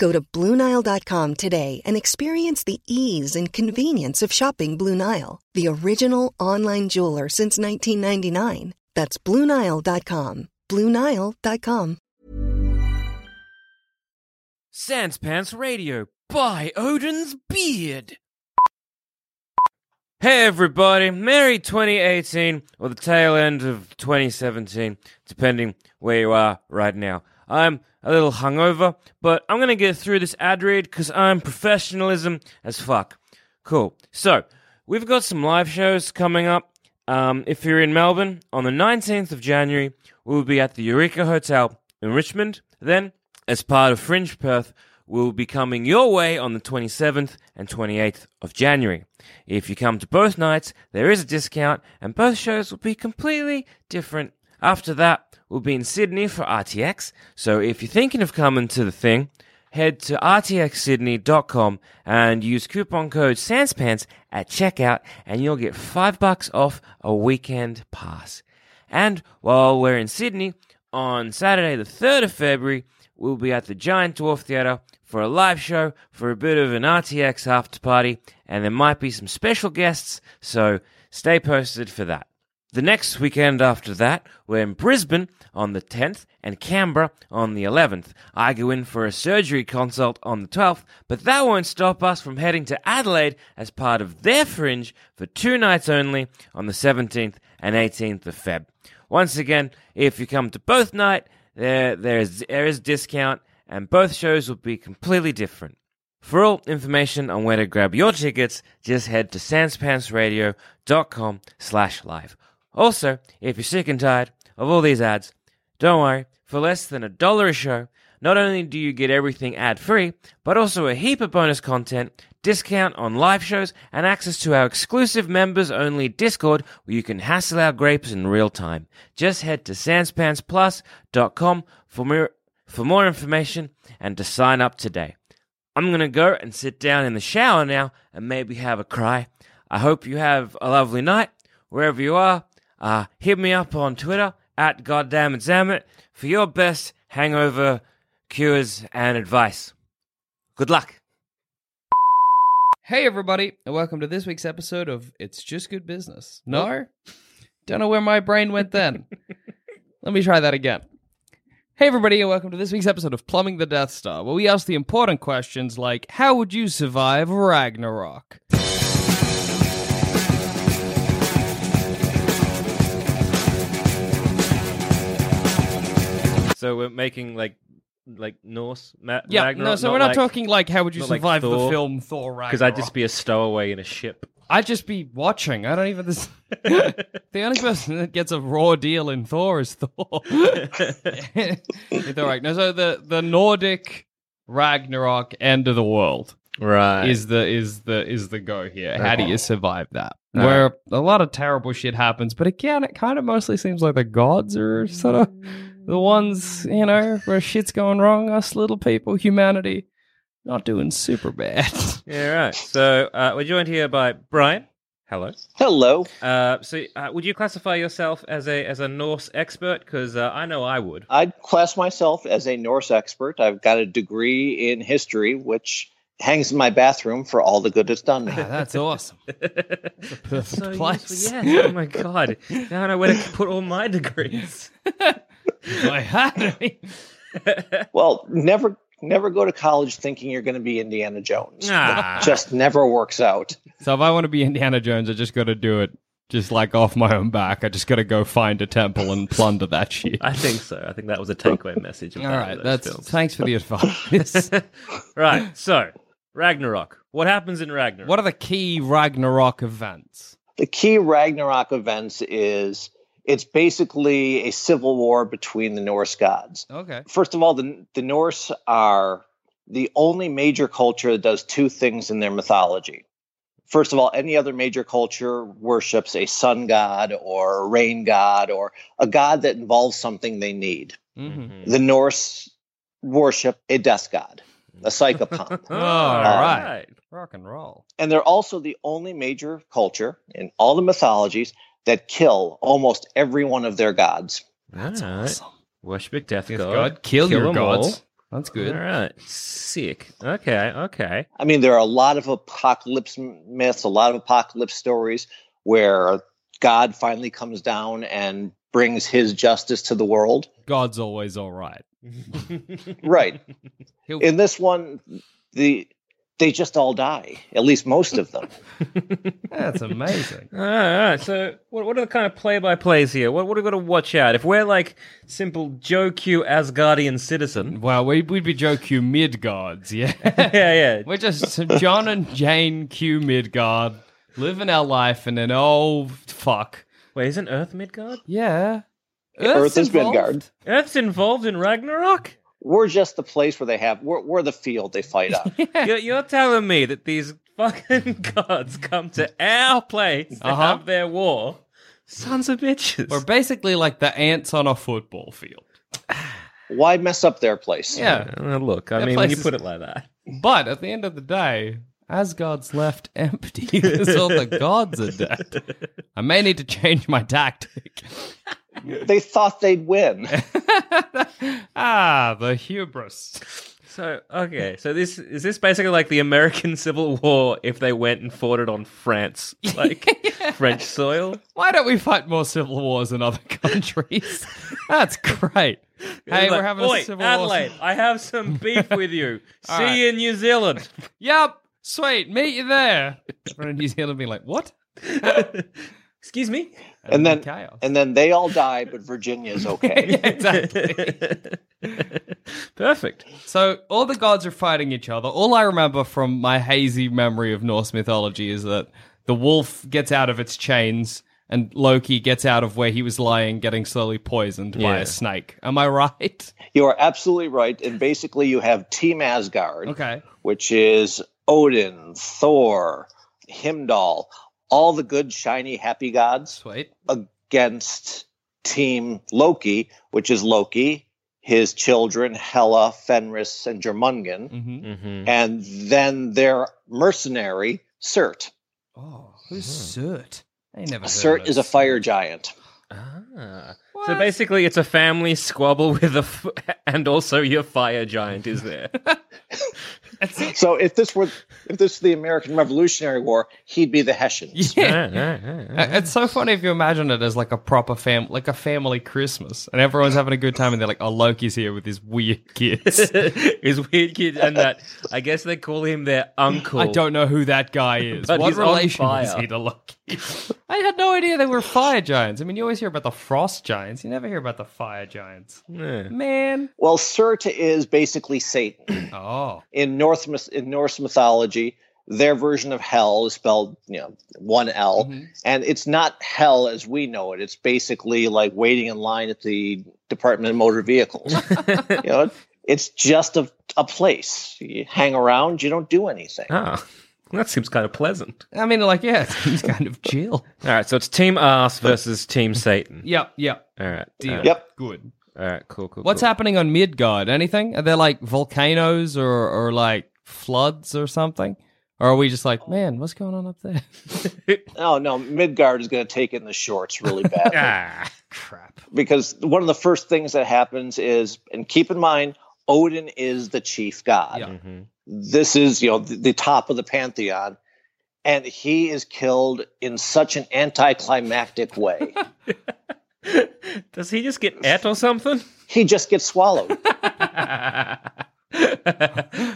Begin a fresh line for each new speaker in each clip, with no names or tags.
Go to BlueNile.com today and experience the ease and convenience of shopping Blue Nile, the original online jeweler since 1999. That's BlueNile.com. BlueNile.com.
Sanspants Radio by Odin's Beard. Hey everybody, Merry 2018, or the tail end of 2017, depending where you are right now. I'm a little hungover, but I'm gonna get through this ad read because I'm professionalism as fuck. Cool. So, we've got some live shows coming up. Um, if you're in Melbourne, on the 19th of January, we'll be at the Eureka Hotel in Richmond. Then, as part of Fringe Perth, will be coming your way on the 27th and 28th of January. If you come to both nights, there is a discount, and both shows will be completely different. After that, we'll be in Sydney for RTX, so if you're thinking of coming to the thing, head to rtxsydney.com and use coupon code SANSPANTS at checkout, and you'll get 5 bucks off a weekend pass. And while we're in Sydney, on Saturday the 3rd of February, we'll be at the Giant Dwarf Theatre for a live show for a bit of an RTX after party, and there might be some special guests, so stay posted for that. The next weekend after that, we're in Brisbane on the 10th and Canberra on the 11th. I go in for a surgery consult on the 12th, but that won't stop us from heading to Adelaide as part of their fringe for two nights only on the 17th and 18th of Feb. Once again, if you come to both night, there there is there is discount and both shows will be completely different. For all information on where to grab your tickets, just head to sanspantsradio.com slash live. Also, if you're sick and tired of all these ads, don't worry, for less than a dollar a show, not only do you get everything ad-free, but also a heap of bonus content, discount on live shows, and access to our exclusive members-only Discord where you can hassle our grapes in real time. Just head to sanspantsplus.com for more, for more information and to sign up today. I'm going to go and sit down in the shower now and maybe have a cry. I hope you have a lovely night wherever you are. Uh, hit me up on Twitter at goddammit for your best hangover cures, and advice. Good luck.
Hey, everybody, and welcome to this week's episode of It's Just Good Business. No? Don't know where my brain went then. Let me try that again. Hey, everybody, and welcome to this week's episode of Plumbing the Death Star, where we ask the important questions like How would you survive Ragnarok?
So we're making like like Norse ma-
Yeah,
Ragnarok,
no, so we're not talking like How would you
not like
survive the
Thor,
film Thor Ragnarok?
because I'd just be a stowaway in a ship.
I'd just be watching. I don't even. This, the only person that gets a raw deal in Thor is Thor. Thor Ragnarok. So the the Nordic Ragnarok end of the world
Right.
is the is the is the go here. How do you survive that?
Right.
Where a lot of terrible shit happens, but again, it kind of mostly seems like the gods are sort of the ones you know where shit's going wrong. Us little people, humanity, not doing super bad.
yeah, right. So uh, we're joined here by Brian. Hello.
Hello.
Uh, so uh, would you classify yourself as a as a Norse expert? Because uh, I know I would.
I'd class myself as a Norse expert. I've got a degree in history, which hangs in my bathroom for all the good it's done me.
Ah, that's awesome. perfect
so
place.
useful, Yeah. Oh my god. Now I know where to put all my degrees.
I had it.
well, never never go to college thinking you're going to be Indiana Jones.
Ah.
It just never works out.
So if I want to be Indiana Jones, I just got to do it just like off my own back. I just got to go find a temple and plunder that shit.
I think so. I think that was a takeaway message. Of
All
both of
right,
those
that's
films.
thanks for the advice.
right. So Ragnarok. What happens in Ragnarok?
what are the key Ragnarok events?
The key Ragnarok events is it's basically a civil war between the Norse gods.
Okay.
First of all, the, the Norse are the only major culture that does two things in their mythology. First of all, any other major culture worships a sun god or a rain god or a god that involves something they need.
Mm-hmm.
The Norse worship a death god, a psychopomp.
Mm-hmm. All
right.
right.
Rock and roll.
and they're also the only major culture in all the mythologies that kill almost every one of their gods.
That's awesome.
Worship a death
Yes,
god.
God, kill, your
'em
gods. That's
all.
good.
All right. Sick. Okay. Okay.
I mean, there are a lot of apocalypse m- myths, a lot of apocalypse stories where God finally comes down and brings his justice to the world.
God's always all right.
Right.
He'll-
In this one, the they just all die, at least most of them.
That's amazing.
All right, all right. So, what, what are the kind of play-by-plays here? What what have we got to watch out if we're like simple Joe Q Asgardian citizen?
Wow, we, we'd be Joe Q Midgards, yeah.
yeah, yeah.
We're just some John and Jane Q Midgard living our life, and then oh fuck,
Wait, isn't Earth Midgard?
yeah,
Earth is
involved?
Midgard.
Earth's involved in Ragnarok.
We're just the place where they have, we're, we're the field they fight on.
You're, you're telling me that these fucking gods come to our place to
Uh-huh.
have their war? Sons of bitches.
We're basically like the ants on a football field.
Why mess up their place?
Yeah,
Uh, look, I
That
mean, when
place
you
is-
put it like that,
but at the end of the day, Asgard's left empty because all the gods are dead. I may need to change my tactic.
They thought they'd win.
ah, the hubris.
So okay, so this is this basically like the American Civil War if they went and fought it on France, like French soil.
Why don't we fight more civil wars in other countries? That's great. Hey,
Like,
we're having
"Oi,
a civil
Adelaide,
war.
I have some beef with you. See
All right.
you in New Zealand.
Yep, sweet. Meet you there. Everyone in New Zealand being like, what?
Excuse me.
And then-
chaos.
and then they all die, but Virginia's okay.
exactly.
Perfect.
so all the gods are fighting each other. All I remember from my hazy memory of Norse mythology is that the wolf gets out of its chains and Loki gets out of where he was lying, getting slowly poisoned by
Yeah.
a snake. Am I right?
you are absolutely right. And basically, you have Team Asgard,
Okay.
which is Odin, Thor, Himdall, all the good, shiny, happy gods,
Sweet.
against Team Loki, which is Loki, his children, Hela, Fenris, and Jormungand.
Mm-hmm.
Mm-hmm.
And then their mercenary, Surt.
Oh, who's Surt? I ain't never heard
Surt
of
is a
Surt.
fire giant.
Ah. So
What?
basically, it's a family squabble with a, f- and also your fire giant is there.
So if this were if this were the American Revolutionary War, he'd be the Hessians.
Yeah.
Ah, ah, ah.
It's so funny if you imagine it as like a proper fam, like a family Christmas, and everyone's having a good time, and they're like, "Oh, Loki's here with his weird kids."
Is weird kid and that I guess they call him their uncle.
I don't know who that guy is.
But
what
he's on
relation is
fire.
he to Loki? I had no idea they were fire giants. I mean, you always hear about the frost giants. You never hear about the fire giants.
Yeah.
Man.
Well, Surt is basically Satan
Oh.
in North myth- in Norse mythology. Their version of hell is spelled, you know, one L, and it's not hell as we know it. It's basically like waiting in line at the Department of Motor Vehicles. you know, it's just a, a place. You hang around, you don't do anything.
Ah, that seems kind of pleasant.
I mean, like, yeah, he's kind of chill.
All right, so it's Team Ass versus Team Satan.
Yep. Yep.
All right,
Deal.
all right,
Yep.
Good.
all right, cool, cool.
What's
cool.
happening on Midgard? Anything? Are there like volcanoes or, or like floods or something? Or are we just like, man, what's going on up there?
Oh no, Midgard is going to take it in the shorts really bad.
Ah,
Crap.
because one of the first things that happens is, and keep in mind, Odin is the chief god.
Yeah.
Mhm.
This is, you know, the, the top of the pantheon, and he is killed in such an anticlimactic way.
Does he just get et or something?
he just gets swallowed.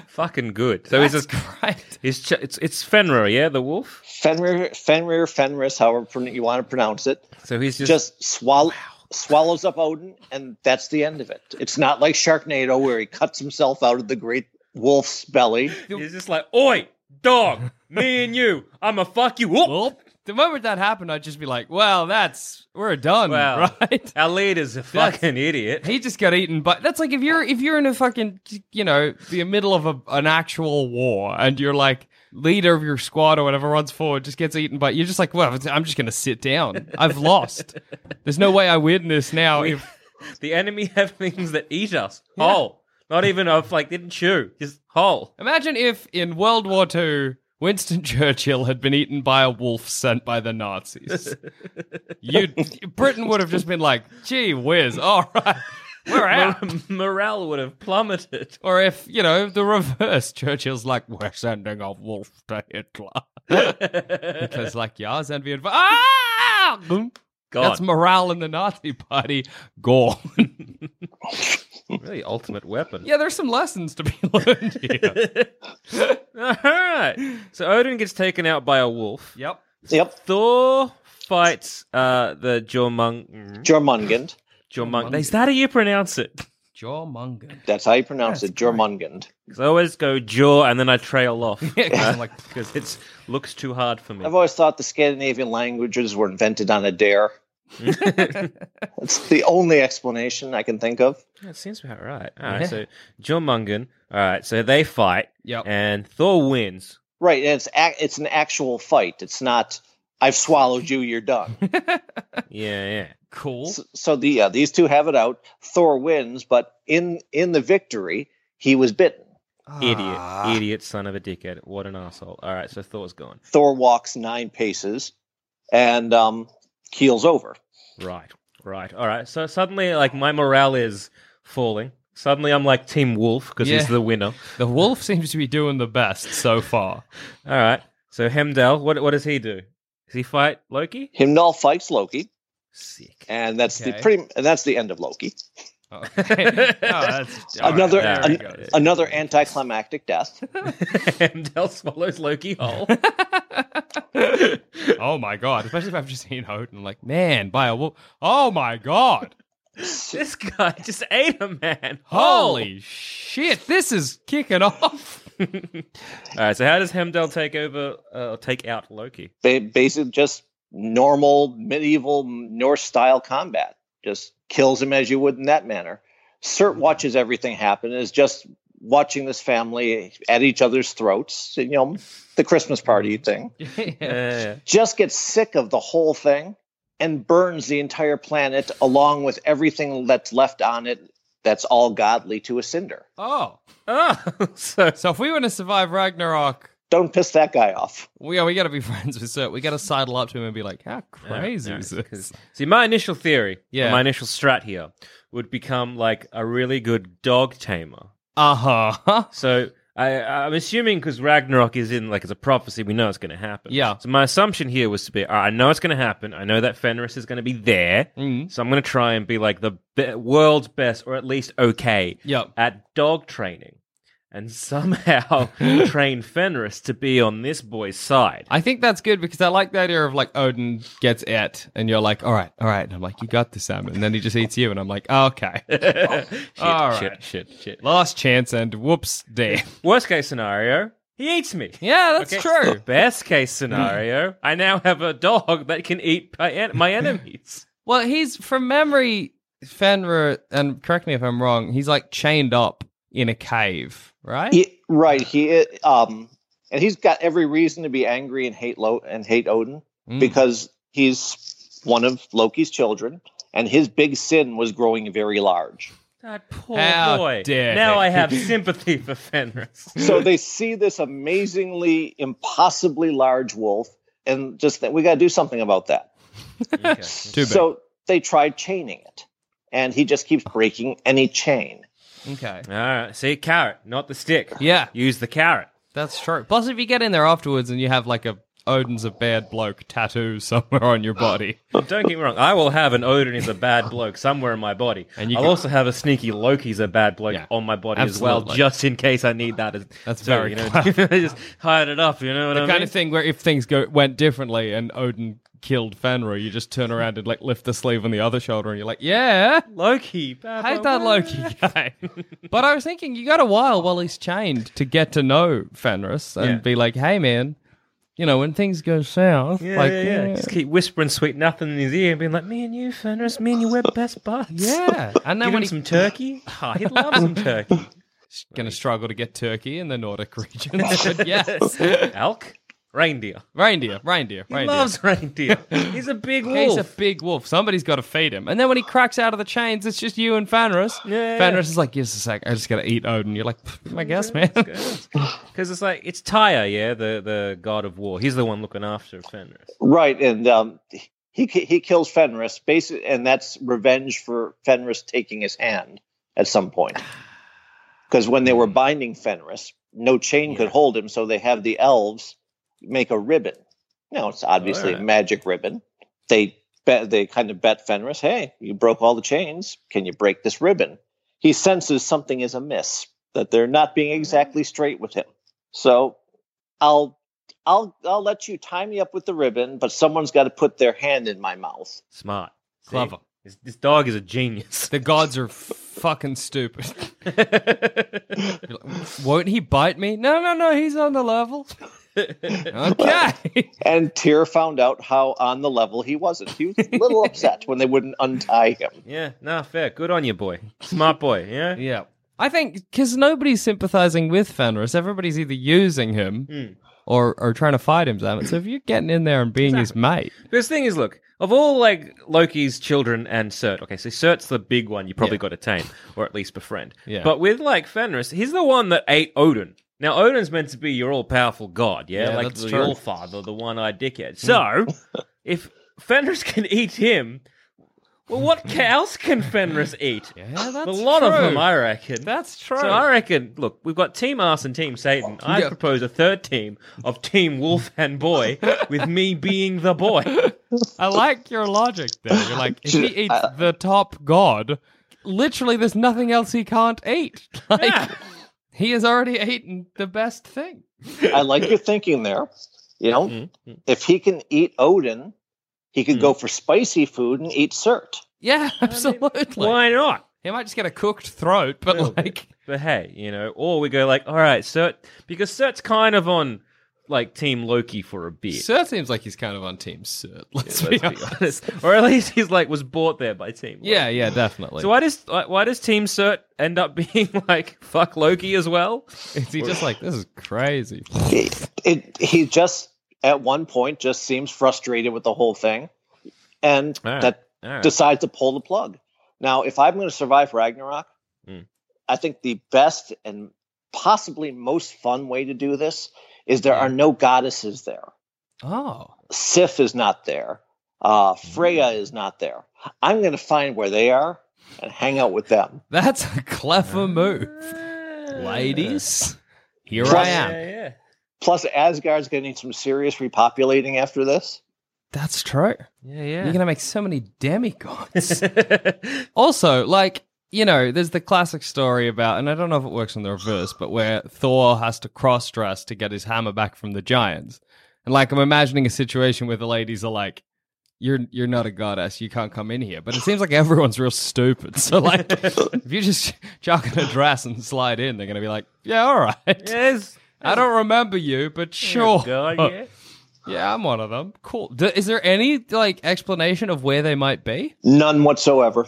Fucking good. So he's
That's
just
great.
he's ch- it's it's Fenrir, yeah, the wolf.
Fenrir, Fenrir, Fenris, however pron- you want to pronounce it,
So he's just,
just swallow. Swallows up Odin, and that's the end of it. It's not like Sharknado where he cuts himself out of the great wolf's belly.
he's just like, oi, dog, me and you, I'ma fuck you up.
Well, the moment that happened, I'd just be like, well, that's, we're done,
Wow.
right?
Our leader's a fucking idiot.
He just got eaten by. That's like if you're if you're in a fucking you know the middle of a, an actual war and you're like leader of your squad or whatever runs forward just gets eaten by. You're just like, well, I'm just gonna sit down. I've lost. There's no way I win this now.
We-
If
The enemy have things that eat us whole. Not even of like didn't chew, just whole.
imagine if in World War II. Winston Churchill had been eaten by a wolf sent by the Nazis. You, Britain would have just been like, "Gee whiz, all right, we're out."
Morale would have plummeted.
Or if, you know, the reverse, Churchill's like, we're sending a wolf to Hitler. Hitler's like, yeah, send me advice. Ah! Boom. That's
God,
morale in the Nazi party. Gone.
really ultimate weapon.
yeah, there's some lessons to be learned here.
All right. So Odin gets taken out by a wolf.
yep.
Yep,
Thor fights uh, the Jormung.
Jormungand.
Jormung. Is that how you pronounce it?
Jawmonger.
That's how you pronounce it, Jormungand.
Because I always go jaw and then I trail off
Yeah, 'cause I'm like,
because it looks too hard for me.
I've always thought the Scandinavian languages were invented on a dare. That's the only explanation I can think of.
That seems about right. All right. So Jormungand. All right. So they fight
yep.
and Thor wins.
Right, and it's ac it's an actual fight. It's not I've swallowed you, you're done.
Yeah, yeah.
Cool.
S- so the uh, these two have it out. Thor wins, but in in the victory, he was bitten.
Ah.
Idiot. Idiot son of a dickhead. What an asshole. All right. So Thor's gone.
Thor walks nine paces and um, keels over.
Right. Right. All right. So suddenly, like, my morale is falling. Suddenly, I'm like Team Wolf because he's
Yeah.
the winner.
The wolf seems to be doing the best so far.
All right. So Hemdal, what what does he do? Does he fight Loki?
Himdall fights Loki,
Sick.
and that's
Okay.
the pretty and that's the end of Loki.
Okay. Oh, that's, all
Another-
there we
an-
go.
Another anticlimactic death.
Hemdal swallows Loki whole.
oh my god! Especially if I've just seen Odin, like man, by a wolf. Oh my god!
this guy just ate a man.
Holy shit! This is kicking off.
All right. So how does Hemdal take over? Uh, take out Loki?
ba- basic just normal medieval Norse style combat. Just kills him as you would in that manner. Cert watches everything happen. Is just watching this family at each other's throats. You know, the Christmas party thing.
Yeah.
Just gets sick of the whole thing and burns the entire planet along with everything that's left on it. That's all godly to a cinder.
Oh,
oh, so
so if we want to survive Ragnarok,
Don't piss that guy off.
we we got to be friends with Sir. We got to sidle up to him and be like, "How crazy
Yeah,
is
yeah,
this?"
see, my initial theory,
Yeah.
my initial strat here would become like a really good dog tamer.
Uh huh.
So I, I'm assuming because Ragnarok is in like it's a prophecy, we know it's going to happen.
Yeah.
So my assumption here was to be, all right, I know it's going to happen. I know that Fenris is going to be there,
Mm.
so I'm going to try and be like the be- world's best, or at least okay,
Yep.
at dog training, and somehow train Fenris to be on this boy's side.
I think that's good because I like the idea of like Odin gets it, and you're like, "All right, all right," and I'm like, "You got this, Sam," and then he just eats you, and I'm like, "Okay,
shit,
All
shit,
right.
shit, shit.
last chance," and whoops, damn.
Worst case scenario, he eats me.
Yeah, that's
Okay.
true.
Best case scenario, I now have a dog that can eat my, en- my enemies.
Well, he's from memory, Fenrir, and correct me if I'm wrong. He's like chained up in a cave, right?
He, right. He um, and he's got every reason to be angry and hate Lo- and hate Odin.
Mm.
because he's one of Loki's children, and his big sin was growing very large.
That poor
How
boy.
dare
now
they.
I have sympathy for Fenris.
Mm.
So they see this amazingly, impossibly large wolf, and just that we got to do something about that.
Okay.
Too big.
So they tried chaining it, and he just keeps breaking any chain.
okay.
All right. See, carrot, not the stick.
Yeah,
Use the carrot.
that's true. Plus, if you get in there afterwards and you have like a Odin's a bad bloke tattoo somewhere on your body.
Don't get me wrong. I will have an Odin is a bad bloke somewhere in my body.
And you
I'll
can-
also have a sneaky Loki's a bad bloke
Yeah.
on my body as well,
Absolutely.
just in case I need that. as-
That's
so,
very
you know,
clever.
just hide it up. You know what
The
I
kind
mean?
of thing where if things go went differently and Odin killed Fenrir, you just turn around and like lift the sleeve on the other shoulder, and you're like, "Yeah,
Loki. bad bloke.
hate that Loki guy." but I was thinking, you got a while while he's chained to get to know Fenris and
Yeah.
be like, "Hey, man, you know when things go south,
Yeah,
like,
yeah, yeah. Just keep whispering sweet nothing in his ear and being like, "Me and you, Fenris. Me and you, we're best buds."
yeah." And then
Give him
when he's
some turkey. Ah, he'd love some turkey.
gonna struggle to get Turkey in the Nordic regions, but yes,
Elk, reindeer.
reindeer, reindeer,
He
reindeer.
loves reindeer. He's a big wolf.
He's a big wolf. Somebody's got to feed him. And then when he cracks out of the chains, it's just you and Fenris.
Yeah.
Fenris is like, give us a sec. I just got to eat Odin. You're like, "Pff, I guess, man.
Because it's like it's Tyre, yeah, the the god of war. He's the one looking after Fenris.
Right, and um, he ki- he kills Fenris, basi- and that's revenge for Fenris taking his hand at some point. Because when they were binding Fenris, no chain could hold him, so they have the elves make a ribbon. Now it's obviously a
Alright.
magic ribbon. They bet, they kind of bet Fenris, "Hey, you broke all the chains. Can you break this ribbon?" He senses something is amiss, that they're not being exactly straight with him. So, I'll I'll I'll let you tie me up with the ribbon, but someone's got to put their hand in my mouth.
Smart, See?
Clever.
This, this dog is a genius.
The gods are fucking stupid. You're like, Won't he bite me? No, no, no. He's on the level. okay.
And Tyr found out how on the level he wasn't. He was a little upset when they wouldn't untie him.
yeah, nah, fair. Good on you, boy. Smart boy. Yeah.
yeah. I think because nobody's sympathizing with Fenris. Everybody's either using him
Hmm.
or, or trying to fight him. damn it. So if you're getting in there and being his mate.
This thing is, look, of all like Loki's children and Surt. Okay, so Surt's the big one you probably got to tame or at least befriend.
Yeah.
But with like Fenris, he's the one that ate Odin. Now Odin's meant to be your all-powerful god, yeah,
Yeah,
like
that's
the
true. Hmm.
All-Father, the one-eyed dickhead. So, if Fenris can eat him, well, what ca- else can Fenris eat?
Yeah, that's
a lot of
true.
them, I reckon.
That's true.
So I reckon, look, we've got Team Arse and Team Satan. I
Yeah.
propose a third team of Team Wolf and Boy, with me being the boy.
I like your logic there. You're like, if he eats the top god, literally there's nothing else he can't eat. Like,
Yeah.
he has already eaten the best thing.
I like your thinking there. You know,
Mm-hmm.
if he can eat Odin, he could go for spicy food and eat Surt.
Yeah, absolutely.
Why not?
he might just get a cooked throat, but
little bit.
like,
but hey, you know, or we go like, all right, Cert, because Cert's kind of on like Team Loki for a bit.
Sir seems like he's kind of on Team Sir.
let's
Let's, be,
be
honest.
honest, or at least he's like was bought there by Team. Loki.
Yeah, yeah, definitely.
So why does like, why does Team Cert end up being like fuck Loki as well?
Is he just like, this is crazy?
It, it- he just at one point just seems frustrated with the whole thing, and
All right.
that
All right.
decides to pull the plug. Now, if I'm going to survive Ragnarok,
Mm.
I think the best and possibly most fun way to do this is there are no goddesses there.
Oh.
Sif is not there. Uh, Freya is not there. I'm going to find where they are and hang out with them.
That's a clever move. Ladies, here I am.
Yeah, yeah.
Plus, Asgard's going to need some serious repopulating after this.
That's true.
Yeah, yeah.
You're going to make so many demigods. also, like, you know, there's the classic story about, and I don't know if it works in the reverse, but where Thor has to cross dress to get his hammer back from the giants. And like, I'm imagining a situation where the ladies are like, you're you're not a goddess. You can't come in here. But it seems like everyone's real stupid. So like, if you just chuck in a dress and slide in, they're gonna be like, yeah, all right.
yes.
I don't remember you, but sure.
God, yeah.
Yeah, I'm one of them. Cool. D- is there any like explanation of where they might be?
None whatsoever.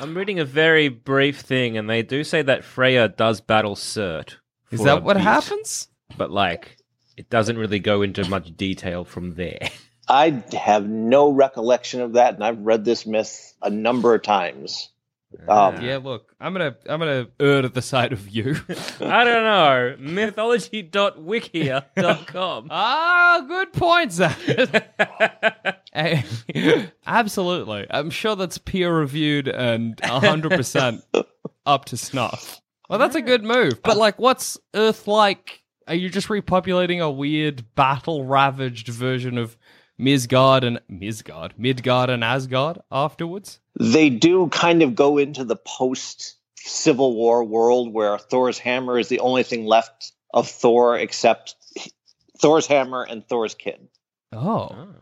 I'm reading a very brief thing, and they do say that Freya does battle Cert.
Is
for a
that what
bit.
happens?
but like it doesn't really go into much detail from there.
I have no recollection of that, and I've read this myth a number of times. Um,
Yeah, look, I'm gonna I'm gonna err to the side of you.
I don't know. Mythology.wikia.com.
ah, good point, Zach. Eh, Absolutely, I'm sure that's peer reviewed and 100 percent up to snuff. Well, that's a good move. But like, what's Earth like Are you just repopulating a weird battle ravaged version of Midgard and Midgard, Midgard and Asgard afterwards?
They do kind of go into the post Civil War world where Thor's hammer is the only thing left of Thor except Thor's hammer and Thor's kid.
Oh,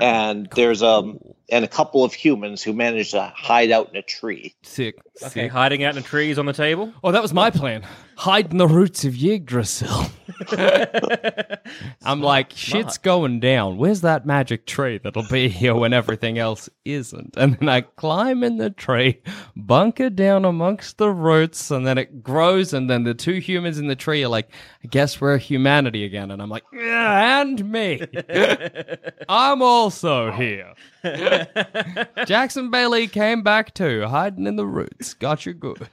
And there's um and a couple of humans who manage to hide out in a tree.
sick.
Okay,
sick.
hiding out in the trees on the table.
Oh, that was my plan. Hide in the roots of Yggdrasil. I'm like, shit's going down. Where's that magic tree that'll be here when everything else isn't? And then I climb in the tree, bunker down amongst the roots, and then it grows. And then the two humans in the tree are like, I guess we're humanity again. And I'm like, yeah, and me. I'm also here. Jackson Bailey came back too, hiding in the roots. Got you good.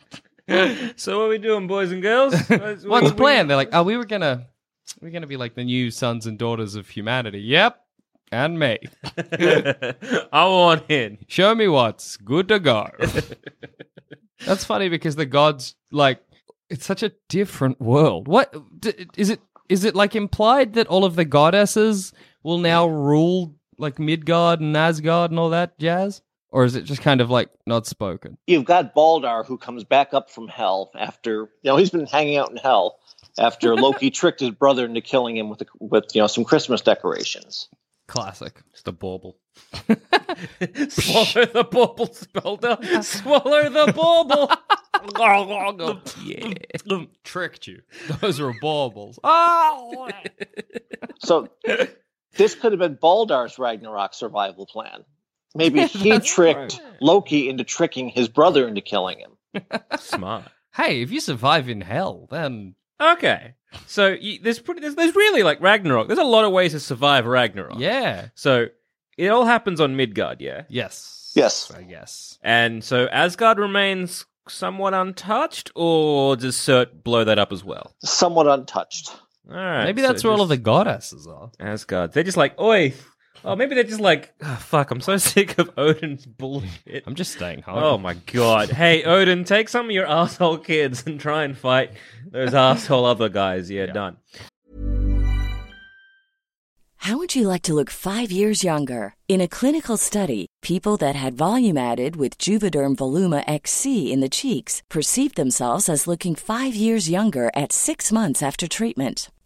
So what are we doing, boys and girls? What's
What's the plan? They're like, oh, we were gonna, we are gonna be like the new sons and daughters of humanity. Yep, and me.
I want in.
Show me what's good to go. That's funny because the gods like it's such a different world. What d- is it? Is it like implied that all of the goddesses will now rule like Midgard and Asgard and all that jazz, or is it just kind of like not spoken?
You've got Baldar who comes back up from hell after you know he's been hanging out in hell after Loki tricked his brother into killing him with a, with you know some Christmas decorations.
Classic.
Just a bauble. Swallow the bauble, Spelter. Swallow the bauble. yeah.
Tricked you. Those are baubles. Oh.
So this could have been Baldar's Ragnarok survival plan. Maybe he tricked Loki into tricking his brother into killing him.
Smart.
Hey, if you survive in hell, then
Okay. So you, there's pretty there's, there's really like Ragnarok. There's a lot of ways to survive Ragnarok.
yeah,
So it all happens on Midgard, yeah.
yes,
Yes.
I guess.
And so Asgard remains somewhat untouched, or does Surt blow that up as well?
Somewhat untouched.
All right.
Maybe that's
so
where all of
just
the goddesses are.
Asgard. They're just like, oi. Oh, maybe they're just like, "Ah, fuck. I'm so sick of Odin's bullshit.
I'm just staying home.
Oh my god. Hey, Odin, take some of your asshole kids and try and fight those asshole other guys. Yeah, done.
How would you like to look five years younger? In a clinical study, people that had volume added with Juvederm Voluma XC in the cheeks perceived themselves as looking five years younger at six months after treatment.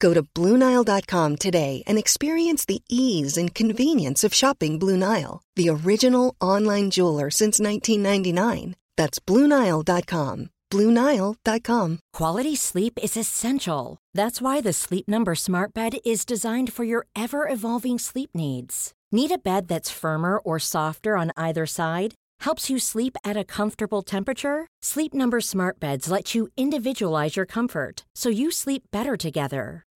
Go to BlueNile.com today and experience the ease and convenience of shopping Blue Nile, the original online jeweler since 1999. That's BlueNile.com. BlueNile.com.
Quality sleep is essential. That's why the Sleep Number Smart Bed is designed for your ever evolving sleep needs. Need a bed that's firmer or softer on either side? Helps you sleep at a comfortable temperature? Sleep Number Smart Beds let you individualize your comfort so you sleep better together.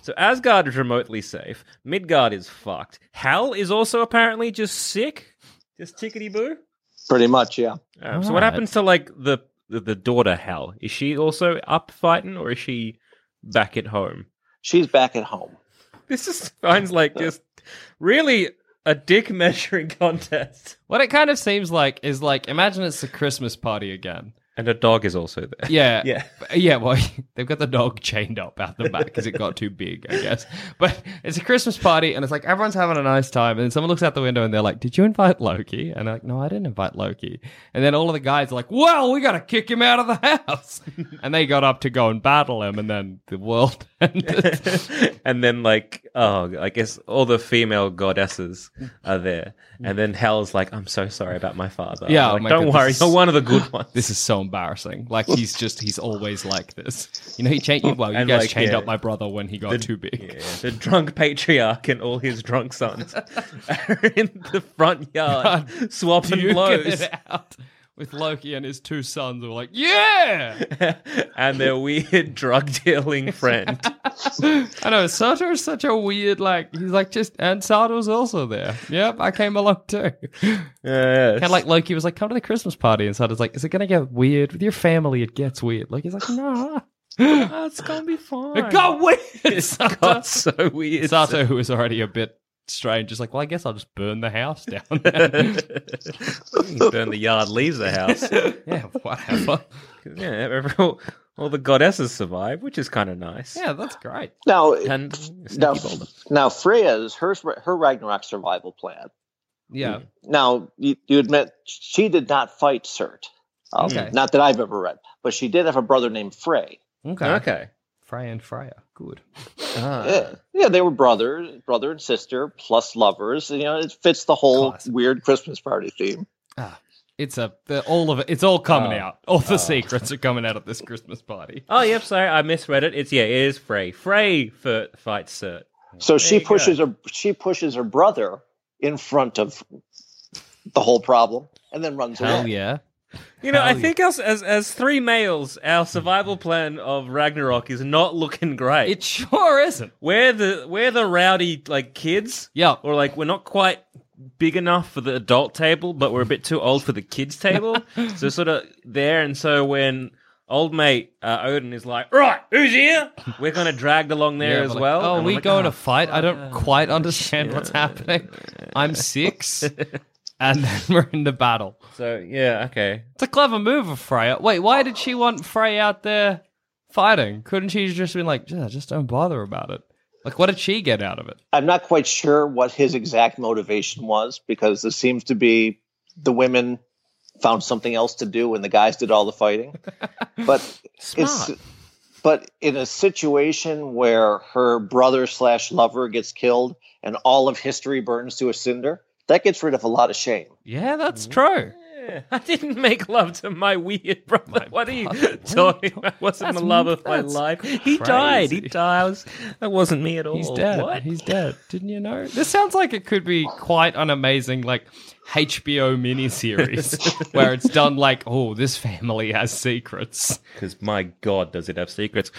So Asgard is remotely safe. Midgard is fucked. Hell is also apparently just sick. Just tickety boo.
Pretty much, yeah.
Um, so what happens to like the the, the daughter Hell? Is she also up fighting or is she back at home?
She's back at home.
This just sounds like just really a dick measuring contest.
What it kind of seems like is like imagine it's a Christmas party again.
And a dog is also there.
Yeah.
Yeah.
But- Yeah, well, they've got the dog chained up out the back because it got too big, I guess. But it's a Christmas party and it's like everyone's having a nice time. And then someone looks out the window and they're like, Did you invite Loki? And I'm like, No, I didn't invite Loki. And then all of the guys are like, Well, we got to kick him out of the house. and they got up to go and battle him. And then the world ended.
and then like oh i guess all the female goddesses are there and then hell's like i'm so sorry about Mm. my father
Yeah, oh
like,
my
don't
God,
worry
this-
you're one of the good ones
This is so embarrassing. Like he's just he's always like this. You know, he chained well, you
Oh, And,
guys
like,
chained
yeah.
up my brother when he got too big.
Yeah, the drunk patriarch and all his drunk sons are in the front yard swapping
You
blows
get it out with Loki and his two sons who were like, Yeah.
and their weird drug dealing friend
I know Sato is such a weird like he's like just and Sato's also there. Yep, I came along too. Kind
yes.
of like Loki was like, come to the Christmas party, and Sato's like, is it gonna get weird with your family? It gets weird. Like he's like, nah,
oh, it's gonna be fine
it got weird.
got
Sato,
so weird
Sato, who is already a bit strange, is like, well, I guess I'll just burn the house down. then."
burn the yard leaves the house
yeah, whatever.
yeah, every- all, all the goddesses survive, which is kind of nice.
Yeah, that's great.
Now,
And
now,
Sneaky Boulder.
now Freya's her her Ragnarok survival plan.
Yeah,
Now you, you admit she did not fight Surt. Um,
Okay.
Not that I've ever read, but she did have a brother named Frey.
Hmm. okay.
okay. Ah.
Freya and Freya, good. Uh.
Yeah, yeah, they were brothers, brother and sister, plus lovers. You know, it fits the whole
Classic.
weird Christmas party theme.
It's a the, all of it. It's all coming
Oh.
out. All the secrets are coming out at this Christmas party.
Oh, yep. Sorry, I misread it. It's yeah, it is Frey. Frey for fight Surt.
So she
you go.
pushes her she pushes her brother in front of the whole problem, and then runs
Hell
away.
yeah.
You know, I
Hell
think us as as three males, our survival plan of Ragnarok is not looking great.
It sure isn't.
we're the we're the rowdy like kids.
Yeah.
Or like we're not quite big enough for the adult table, but we're a bit too old for the kids table. so sort of there, and so when old mate uh, Odin is like, right, who's here? We're gonna drag along there
Yeah,
as
but
well.
Like, oh,
And
we
I'm like,
going
"Oh,
to fight? I don't quite understand what's happening. I'm six, and then we're in the battle.
So yeah, okay.
It's a clever move of Freya. Wait, why did she want Frey out there fighting? Couldn't she have just been like, yeah, just don't bother about it? Like, what did she get out of it?
I'm not quite sure what his exact motivation was because this seems to be the women found something else to do and the guys did all the fighting. But it's but in a situation where her brother slash lover gets killed and all of history burns to a cinder, that gets rid of a lot of shame.
Yeah, that's true.
I didn't make love to my weird brother. what are you talking about? I wasn't the
That's-
love of my
that's
life. He died. He
crazy.
died. I was, that wasn't me at all.
He's dead.
What?
He's dead. Didn't you know? Oh, This sounds like it could be quite an amazing like HBO miniseries where it's done like, oh, this family has secrets.
Because my god, does it have secrets?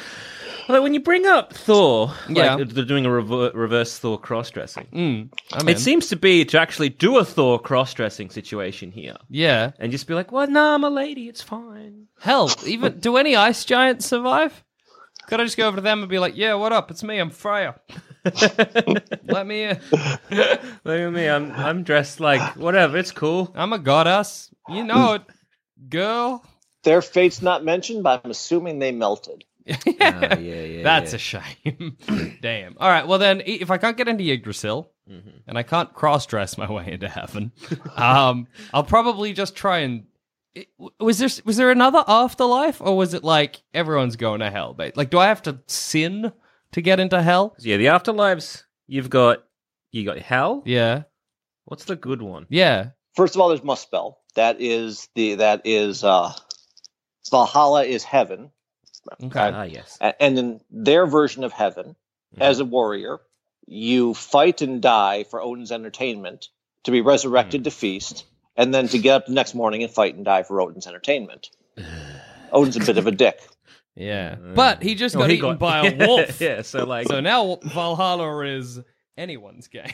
Although when you bring up Thor,
Yeah.
like they're doing a rever- reverse Thor cross-dressing.
I mean,
It seems to be to actually do a Thor cross-dressing situation here,
yeah.
and just be like, "Well, no, I'm a lady. It's fine."
Hell, even do any ice giants survive? Could I just go over to them and be like, yeah, what up? It's me. I'm Freya. Let me. In.
Look at me. I'm I'm dressed like whatever. It's cool.
I'm a goddess. You know it, girl.
Their fate's not mentioned, but I'm assuming they melted.
Ah, yeah, yeah.
That's a shame. Damn. All right. Well, then, i- if I can't get into Yggdrasil
Mm-hmm.
and I can't cross dress my way into heaven, um, I'll probably just try and. i- w- Was there was there another afterlife, or was it like everyone's going to hell? ba- Like, do I have to sin to get into hell?
yeah. The afterlives. You've got you got hell.
Yeah.
What's the good one?
Yeah.
First of all, there's Muspel. That is the that is uh Valhalla is heaven.
Okay.
Uh,
Ah, yes.
A- and in their version of heaven, as a warrior, you fight and die for Odin's entertainment to be resurrected to feast, and then to get up the next morning and fight and die for Odin's entertainment. Odin's a bit of a dick.
Yeah. But he just got
Well, Oh, he
eaten
got-
by a wolf.
yeah, so like
So now Valhalla is anyone's game.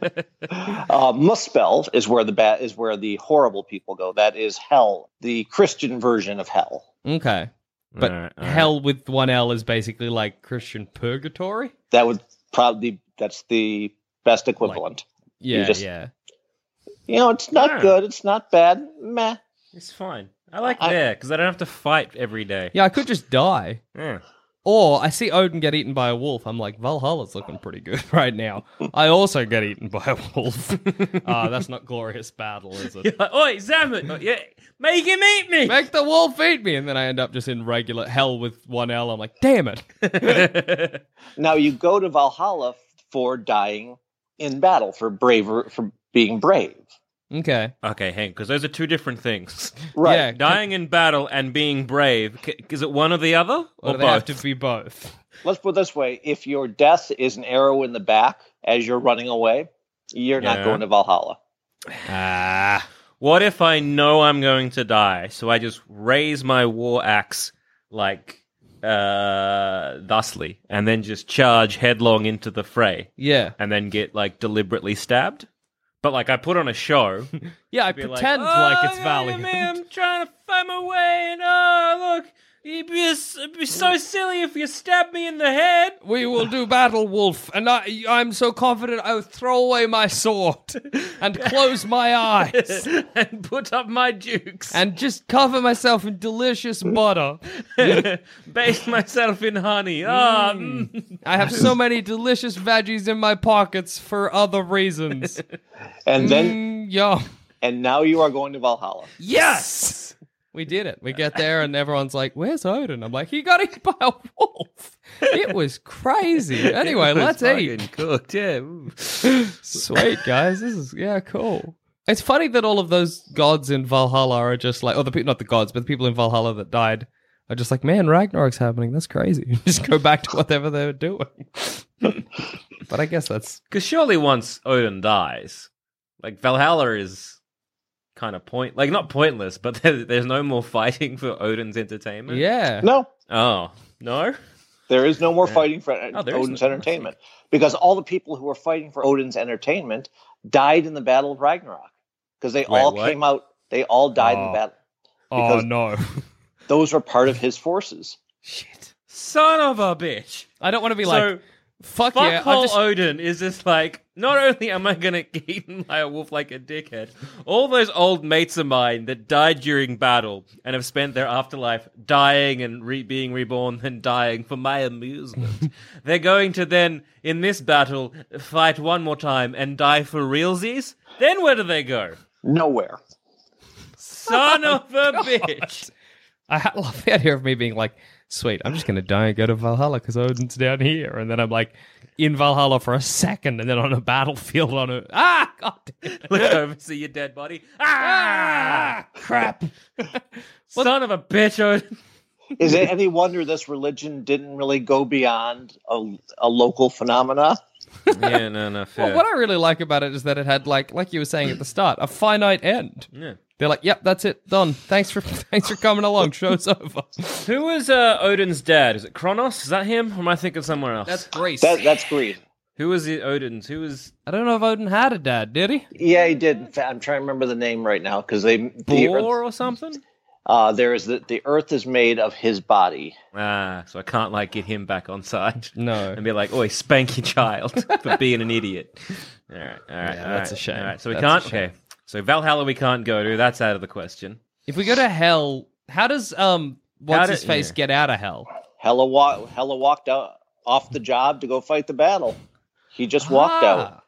Uh, Muspel is where the ba- is where the horrible people go. That is hell, the Christian version of hell.
okay. But
Alright, alright.
hell with one L is basically like Christian purgatory.
That would probably that's the best equivalent.
Yeah,
just-
yeah.
you know, it's not
Yeah.
good. It's not bad. Meh.
It's fine. I like
I-
there because I don't have to fight every day.
Yeah, I could just die.
Yeah.
Or I see Odin get eaten by a wolf. I'm like, Valhalla's looking pretty good right now. I also get eaten by a wolf. Ah, that's not glorious battle, is it?
Like, Oi, Zaman! oh, yeah, make him eat me.
Make the wolf eat me, and then I end up just in regular hell with one L. I'm like, damn it.
Now you go to Valhalla for dying in battle, for braver, for being brave.
Okay.
okay, Hank, because those are two different things.
Right.
Yeah.
Dying in battle and being brave. C- is it one or the other,
Or
or
they have
both?
to be both.
Let's put it this way: if your death is an arrow in the back as you're running away, you're
Yeah.
not going to Valhalla.
Ah. What if I know I'm going to die, so I just raise my war axe like uh thusly and then just charge headlong into the fray
Yeah.
and then get like deliberately stabbed? But like I put on a show.
Yeah, I
Be like,
pretend
"Oh,
like, it's
look at
Valiant.
me, I'm trying to find my way and oh look, it'd be, it'd be so
Mm.
silly if you stabbed me in the head.
We will do battle, Wolf, and I, I'm so confident I will throw away my sword and close my eyes
and put up my dukes.
and just cover myself in delicious butter.
Base myself in honey. Ah, mm.
I have so many delicious veggies in my pockets for other reasons.
And then,
Mm, yum.
and now you are going to Valhalla.
Yes! We did it. We get there, and everyone's like, Where's Odin? I'm like, He got eaten by a wolf. It was crazy. Anyway, let's eat.
Cooked, yeah.
Sweet guys, this is yeah, cool. It's funny that all of those gods in Valhalla are just like, or the people, not the gods, but the people in Valhalla that died are just like, man, Ragnarok's happening. That's crazy. just go back to whatever they were doing. but I guess that's
Because surely once Odin dies, like Valhalla is kind of point, like not pointless, but there, there's no more fighting for Odin's entertainment.
yeah.
No,
Oh no.
there is no more fighting for uh,
Oh, there is
Odin's
no more, I
entertainment because all the people who were fighting for Odin's entertainment died in the Battle of Ragnarok because they
Wait,
all
what?
came out. They all died in the
Oh.
battle.
Oh
Because-
no,
Those were part of his forces.
Shit. Son of a bitch.
I don't want to be
so.
like, fuck,
Fuck
yeah. I
hole
just,
Odin is just like, not only am I gonna get eaten by a wolf like a dickhead, all those old mates of mine that died during battle and have spent their afterlife dying and re- being reborn and dying for my amusement, they're going to then, in this battle, fight one more time and die for realsies? Then where do they go?
Nowhere.
Son of a bitch!
I ha- love the idea of me being like, sweet, I'm just gonna die and go to Valhalla because Odin's down here, and then I'm like in Valhalla for a second, and then on a battlefield on a ah, god damn it.
Look over, see your dead body. Ah!
crap.
Son of a bitch, Odin!
Is it any wonder this religion didn't really go beyond a, a local phenomena?
yeah, no, no, fair.
Well, what I really like about it is that it had like, like you were saying at the start, a finite end.
Yeah.
They're like, yep, that's it, done. Thanks for thanks for coming along. Show's over.
Who was uh, Odin's dad? Is it Kronos? Is that him? Or am I thinking someone else?
Greece.
That, that's greed.
Who was it, Odin's? Who was
I don't know if Odin had a dad, did he?
Yeah, he did. In fact, I'm trying to remember the name right now because they the
Boar
earth,
or something?
uh, there is the, the earth is made of his body.
Ah, so I can't like get him back on side
No.
and be like, "Oi, spank your child for being an idiot." All right, all right, all right,
that's a shame.
All right, so we
That's a
can't.
shame.
Okay, so Valhalla we can't go to. That's out of the question.
If we go to hell, how does um what's
do-
his face
yeah.
get out of hell?
Hella, wa- Hella walked out, off the job to go fight the battle. He just walked out.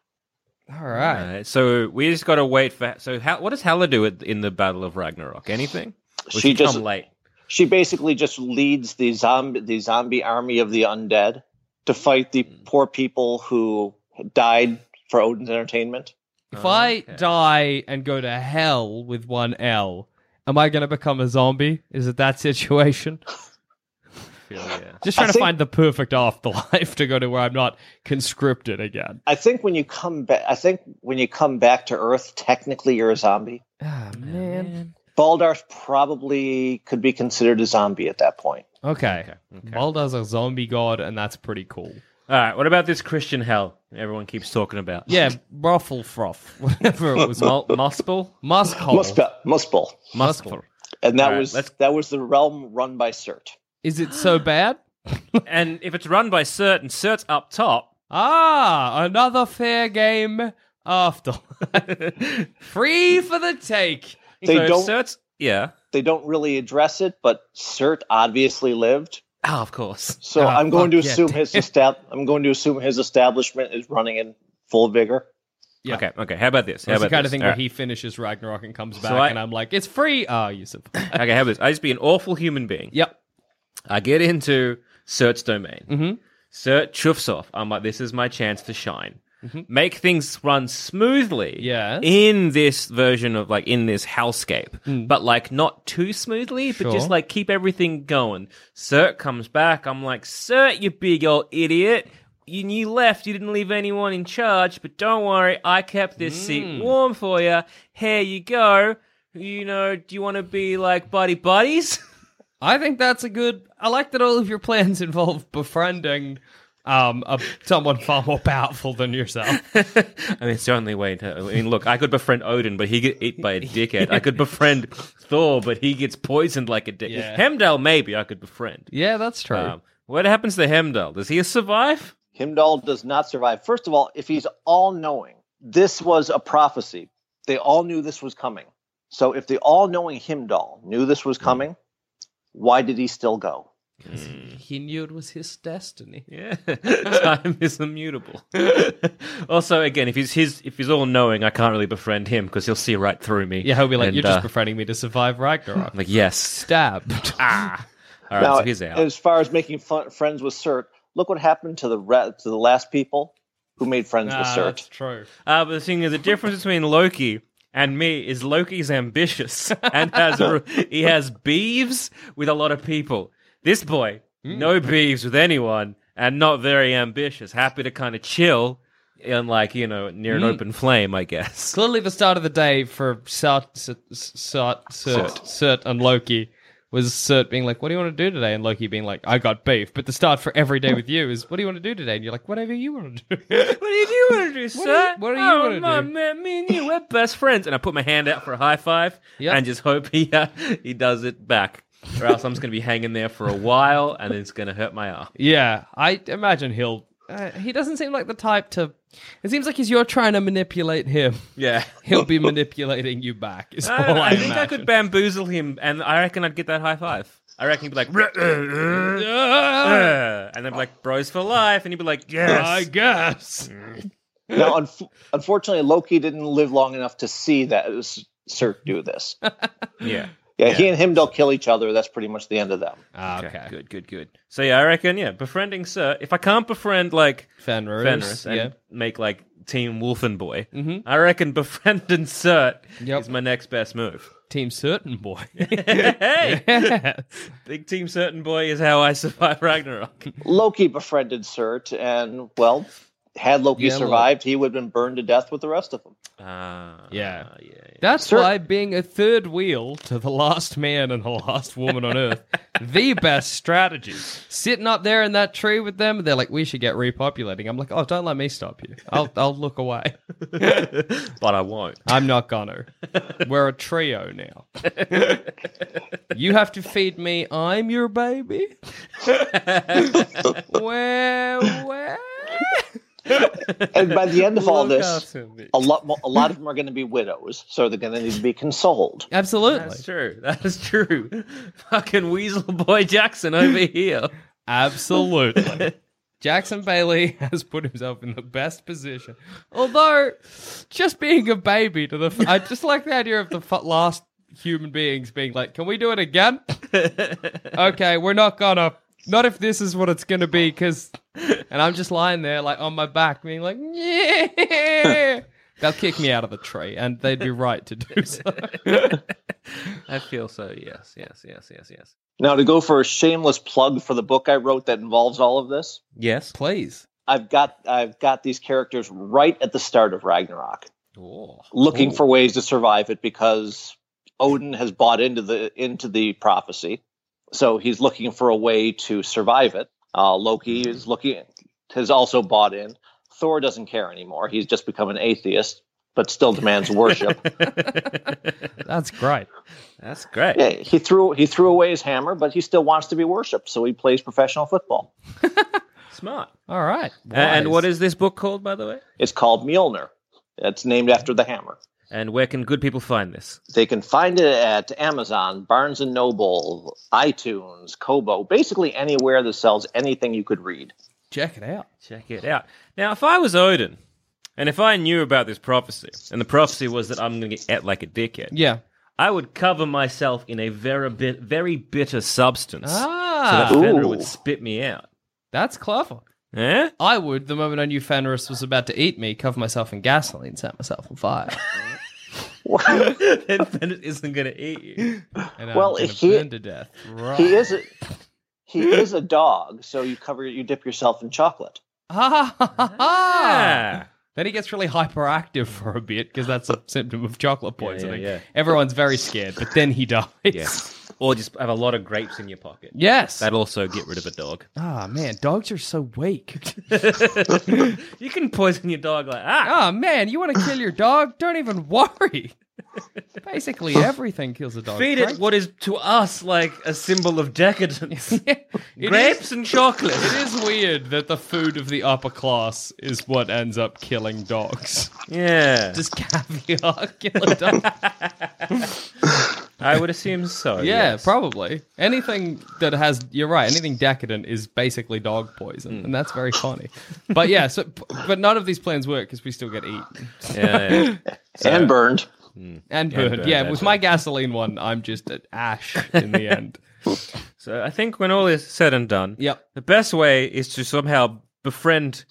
Ah. All right.
All right, so we just got to wait for. So how, what does Hella do at, in the Battle of Ragnarok? Anything? Or
She just-
come late.
She basically just leads the zombie the zombie army of the undead to fight the poor people who died for Odin's entertainment.
If
Oh,
I
okay.
die and go to hell with one L, am I going to become a zombie? Is it that situation?
feel, yeah.
Just trying
I
to
think-
find the perfect afterlife to go to where I'm not conscripted again.
I think when you come back, I think when you come back to Earth, technically you're a zombie.
Ah, man.
Baldar's probably could be considered a zombie at that point.
Okay.
okay.
Baldar's a zombie god, and that's pretty cool.
All right, what about this Christian hell everyone keeps talking about?
Yeah, ruffle froth, whatever it was.
Mul- Muspel?
Musk
Muspel, Muspel,
Muspel.
and that
All right,
was
Oh. let's-
that was the realm run by Surt.
Is it so bad?
And if it's run by Cert and Cert's up top,
Ah, another fair game after. Free for the take.
They
so if
don't
Cert's, yeah.
they don't really address it, but Surt obviously lived.
Oh, of course.
So
Ah,
I'm going to
fuck, yeah,
assume his estab- I'm going to assume his establishment is running in full vigor.
Yeah.
Okay, okay. How about this? How
That's
about
the kind
this?
of thing
All
where
right.
he finishes Ragnarok and comes
So
back,
I-
and I'm like, it's free. Ah, you survived.
okay, how about this? I used to be an awful human being.
yep.
I get into Cert's domain.
Mhm.
Cert chuffs off. I'm like, this is my chance to shine. Make things run smoothly.
Mm-hmm. Yes.
In this version of like in this hellscape, but like not too smoothly, but
Hmm. Sure.
just like keep everything going. Cert comes back. I'm like, Cert, you big old idiot. You, you left. You didn't leave anyone in charge, but don't worry. I kept this
Hmm.
seat warm for you. Here you go. You know, do you want to be like buddy buddies?
I think that's a good. I like that all of your plans involve befriending um a, someone far more powerful than yourself.
I mean, it's the only way to. I mean, look, I could befriend Odin, but he get eaten by a dickhead. I could befriend Thor, but he gets poisoned like a dick.
Yeah.
Hemdall, maybe I could befriend.
Yeah, that's true.
Um, what happens to Hemdall? Does he survive?
Himdall does not survive. First of all, if he's all knowing, this was a prophecy. They all knew this was coming. So if the all knowing Himdall knew this was coming, why did he still go?
he knew it was his destiny.
Yeah, time is immutable. also, again, if he's his, if he's all knowing, I can't really befriend him because he'll see right through me.
Yeah, he'll be like,
And,
"You're just
uh,
befriending me to survive Ragnarok."
I'm like yes.
Stabbed.
Ah, all right, so he's out.
as far as making fun- friends with Cert, look what happened to the re- to the last people who made friends with
Ah, that's
Cert.
true.
Uh, but the thing is, the difference between Loki and me is Loki's ambitious and has a, he has beeves with a lot of people. This boy, no beeves with anyone, and not very ambitious. Happy to kind of chill and like you know near an open flame, I guess.
Clearly, the start of the day for Sart, Sart, Sart, Surt, Surt and Loki was Surt being like, "What do you want to do today?" and Loki being like, "I got beef." But the start for every day with you is, "What do you want to do today?" and you're like, "Whatever you want to do."
What do you want to do,
What do you-
sir?
what do you
oh,
wanna do?
my, Man, me and you, we're best friends. And I put my hand out for a high five
Yep.
and just hope he uh, he does it back, or else I'm just gonna be hanging there for a while, and it's gonna hurt my arm.
Yeah, I imagine he'll. Uh, he doesn't seem like the type to. It seems like he's you're trying to manipulate him.
Yeah.
He'll be manipulating you back. Is all
I,
Oh, I,
don't know, Uh, I think I
imagine.
could bamboozle him, and I reckon I'd get that high five. I reckon he'd be like, "Ruh, uh, uh,
Ah,
uh," and then be like, "Bros for life," and he'd be like,
I
"Yes."
guess.
now, unf unfortunately, Loki didn't live long enough to see that it was Cert do this.
yeah.
Yeah, he and Himdall kill each other. That's pretty much the end of them.
Ah,
Okay.
okay.
Good. Good. Good. So yeah, I reckon yeah, befriending Sir. If I can't befriend like
Fenris.
Fenris and
yeah.
make like Team Wolfenboy,
Mhm.
I reckon befriending Sir
Yep.
is my next best move.
Team Certain Boy.
hey,
Yes.
big Team Certain Boy is how I survive Ragnarok.
Loki befriended Surt, and well, had Loki
Yeah, look.
survived, he would have been burned to death with the rest of them.
Ah,
Yeah.
yeah.
That's
Cer-
why being a third wheel to the last man and the last woman on earth, the best strategy. Sitting up there in that tree with them, they're like, "We should get repopulating." I'm like, "Oh, don't let me stop you. I'll I'll look away.
but I won't.
I'm not gonna. We're a trio now. you have to feed me. I'm your baby. where where?
And by the end of all
Look
this,
after me.
a lot, mo- a lot of them are going to be widows, so they're going to need to be consoled.
Absolutely.
That's true. That is true. Fucking Weasel Boy Jackson over here.
Absolutely. Jackson Bailey has put himself in the best position. Although, just being a baby to the. F- I just like the idea of the f- last human beings being like, can we do it again? okay, we're not gonna. Not if this is what it's gonna be, because. And I'm just lying there, like on my back, being like, yeah. They'll kick me out of the tree, and they'd be right to do so.
I feel so. Yes, yes, yes, yes, yes.
Now, to go for a shameless plug for the book I wrote that involves all of this,
Yes.
Please.
I've got I've got these characters right at the start of Ragnarok,
Oh.
looking
Ooh.
for ways to survive it because Odin has bought into the into the prophecy, so he's looking for a way to survive it. Uh, Loki
Hmm.
is looking has also bought in. Thor doesn't care anymore; he's just become an atheist, but still demands worship.
That's great.
That's great.
Yeah, he threw he threw away his hammer, but he still wants to be worshipped, so he plays professional football.
Smart.
All right.
A- And
Wise.
what is this book called, by the way?
It's called Mjolnir. It's named after the hammer.
And where can good people find this?
They can find it at Amazon, Barnes and Noble, iTunes, Kobo, basically anywhere that sells anything you could read.
Check it out.
Check it out. Now, if I was Odin, and if I knew about this prophecy, and the prophecy was that I'm going to get at like a dickhead,
Yeah.
I would cover myself in a very, bit, very bitter substance so that
Ah,
Fenrir
Ooh.
would spit me out.
that's clever.
Eh?
I would, the moment I knew Fenris was about to eat me, cover myself in gasoline, set myself on fire.
then Fenrir isn't going to eat you.
And
Well,
I'm gonna
he-
burn to death. Right.
He is a, he is a dog, so you cover you dip yourself in chocolate.
Ah, ha, ha, ha.
Ah.
Then he gets really hyperactive for a bit because that's a symptom of chocolate poisoning.
yeah.
Everyone's very scared, but then he dies.
Yeah. Or just have a lot of grapes in your pocket.
Yes.
That'll also get rid of a dog.
Ah man, dogs are so weak.
You can poison your dog like ah.
Ah man, you want to kill your dog? Don't even worry. Basically, everything kills a dog.
Feed it
What
what is to us like a symbol of decadence.
grapes?
grapes and chocolate.
It is weird that the food of the upper class is what ends up killing dogs.
Yeah.
Does caviar kill a dog?
I would assume so.
Yeah,
yes.
probably. Anything that has, you're right, anything decadent is basically dog poison, and that's very funny. But yeah, so, but none of these plans work because we still get eaten
Yeah, yeah.
and burned.
and burned.
burned,
yeah,
that's
with my gasoline one, I'm just an ash in the end.
So I think when all is said and done,
Yep.
the best way is to somehow befriend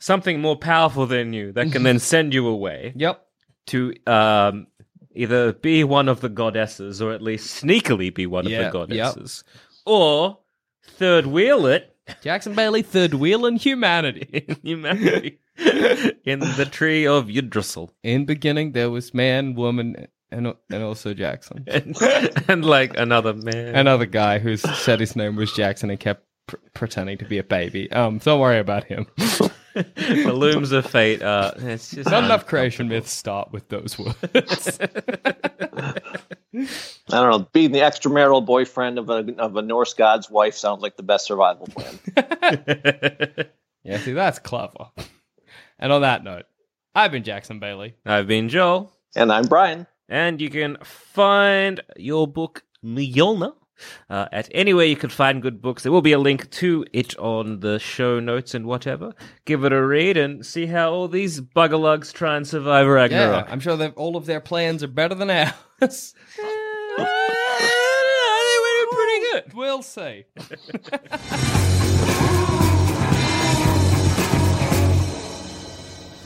something more powerful than you that
Mm-hmm.
can then send you away
Yep.
to um, either be one of the goddesses or at least sneakily be one
Yeah, yep.
of the goddesses or third wheel it
Jackson Bailey, third wheel in humanity.
in humanity in the tree of Yggdrasil.
In beginning, there was man, woman, and and also Jackson.
and, and, like another man.
Another guy who said his name was Jackson and kept pr- pretending to be a baby. Um, don't worry about him.
the looms of fate. Uh, it's just
Not enough creation myths start with those words.
I don't know. Being the extramarital boyfriend of a of a Norse god's wife sounds like the best survival plan.
yeah, see, that's clever. And on that note, I've been Jackson Bailey.
I've been Joel,
and I'm Brian.
and you can find your book Mjolnir. Uh, at anywhere you can find good books, there will be a link to it on the show notes and whatever. Give it a read and see how all these buggerlugs try and survive Ragnarok.
I'm sure that all of their plans are better than ours.
I think we did pretty good.
we'll see.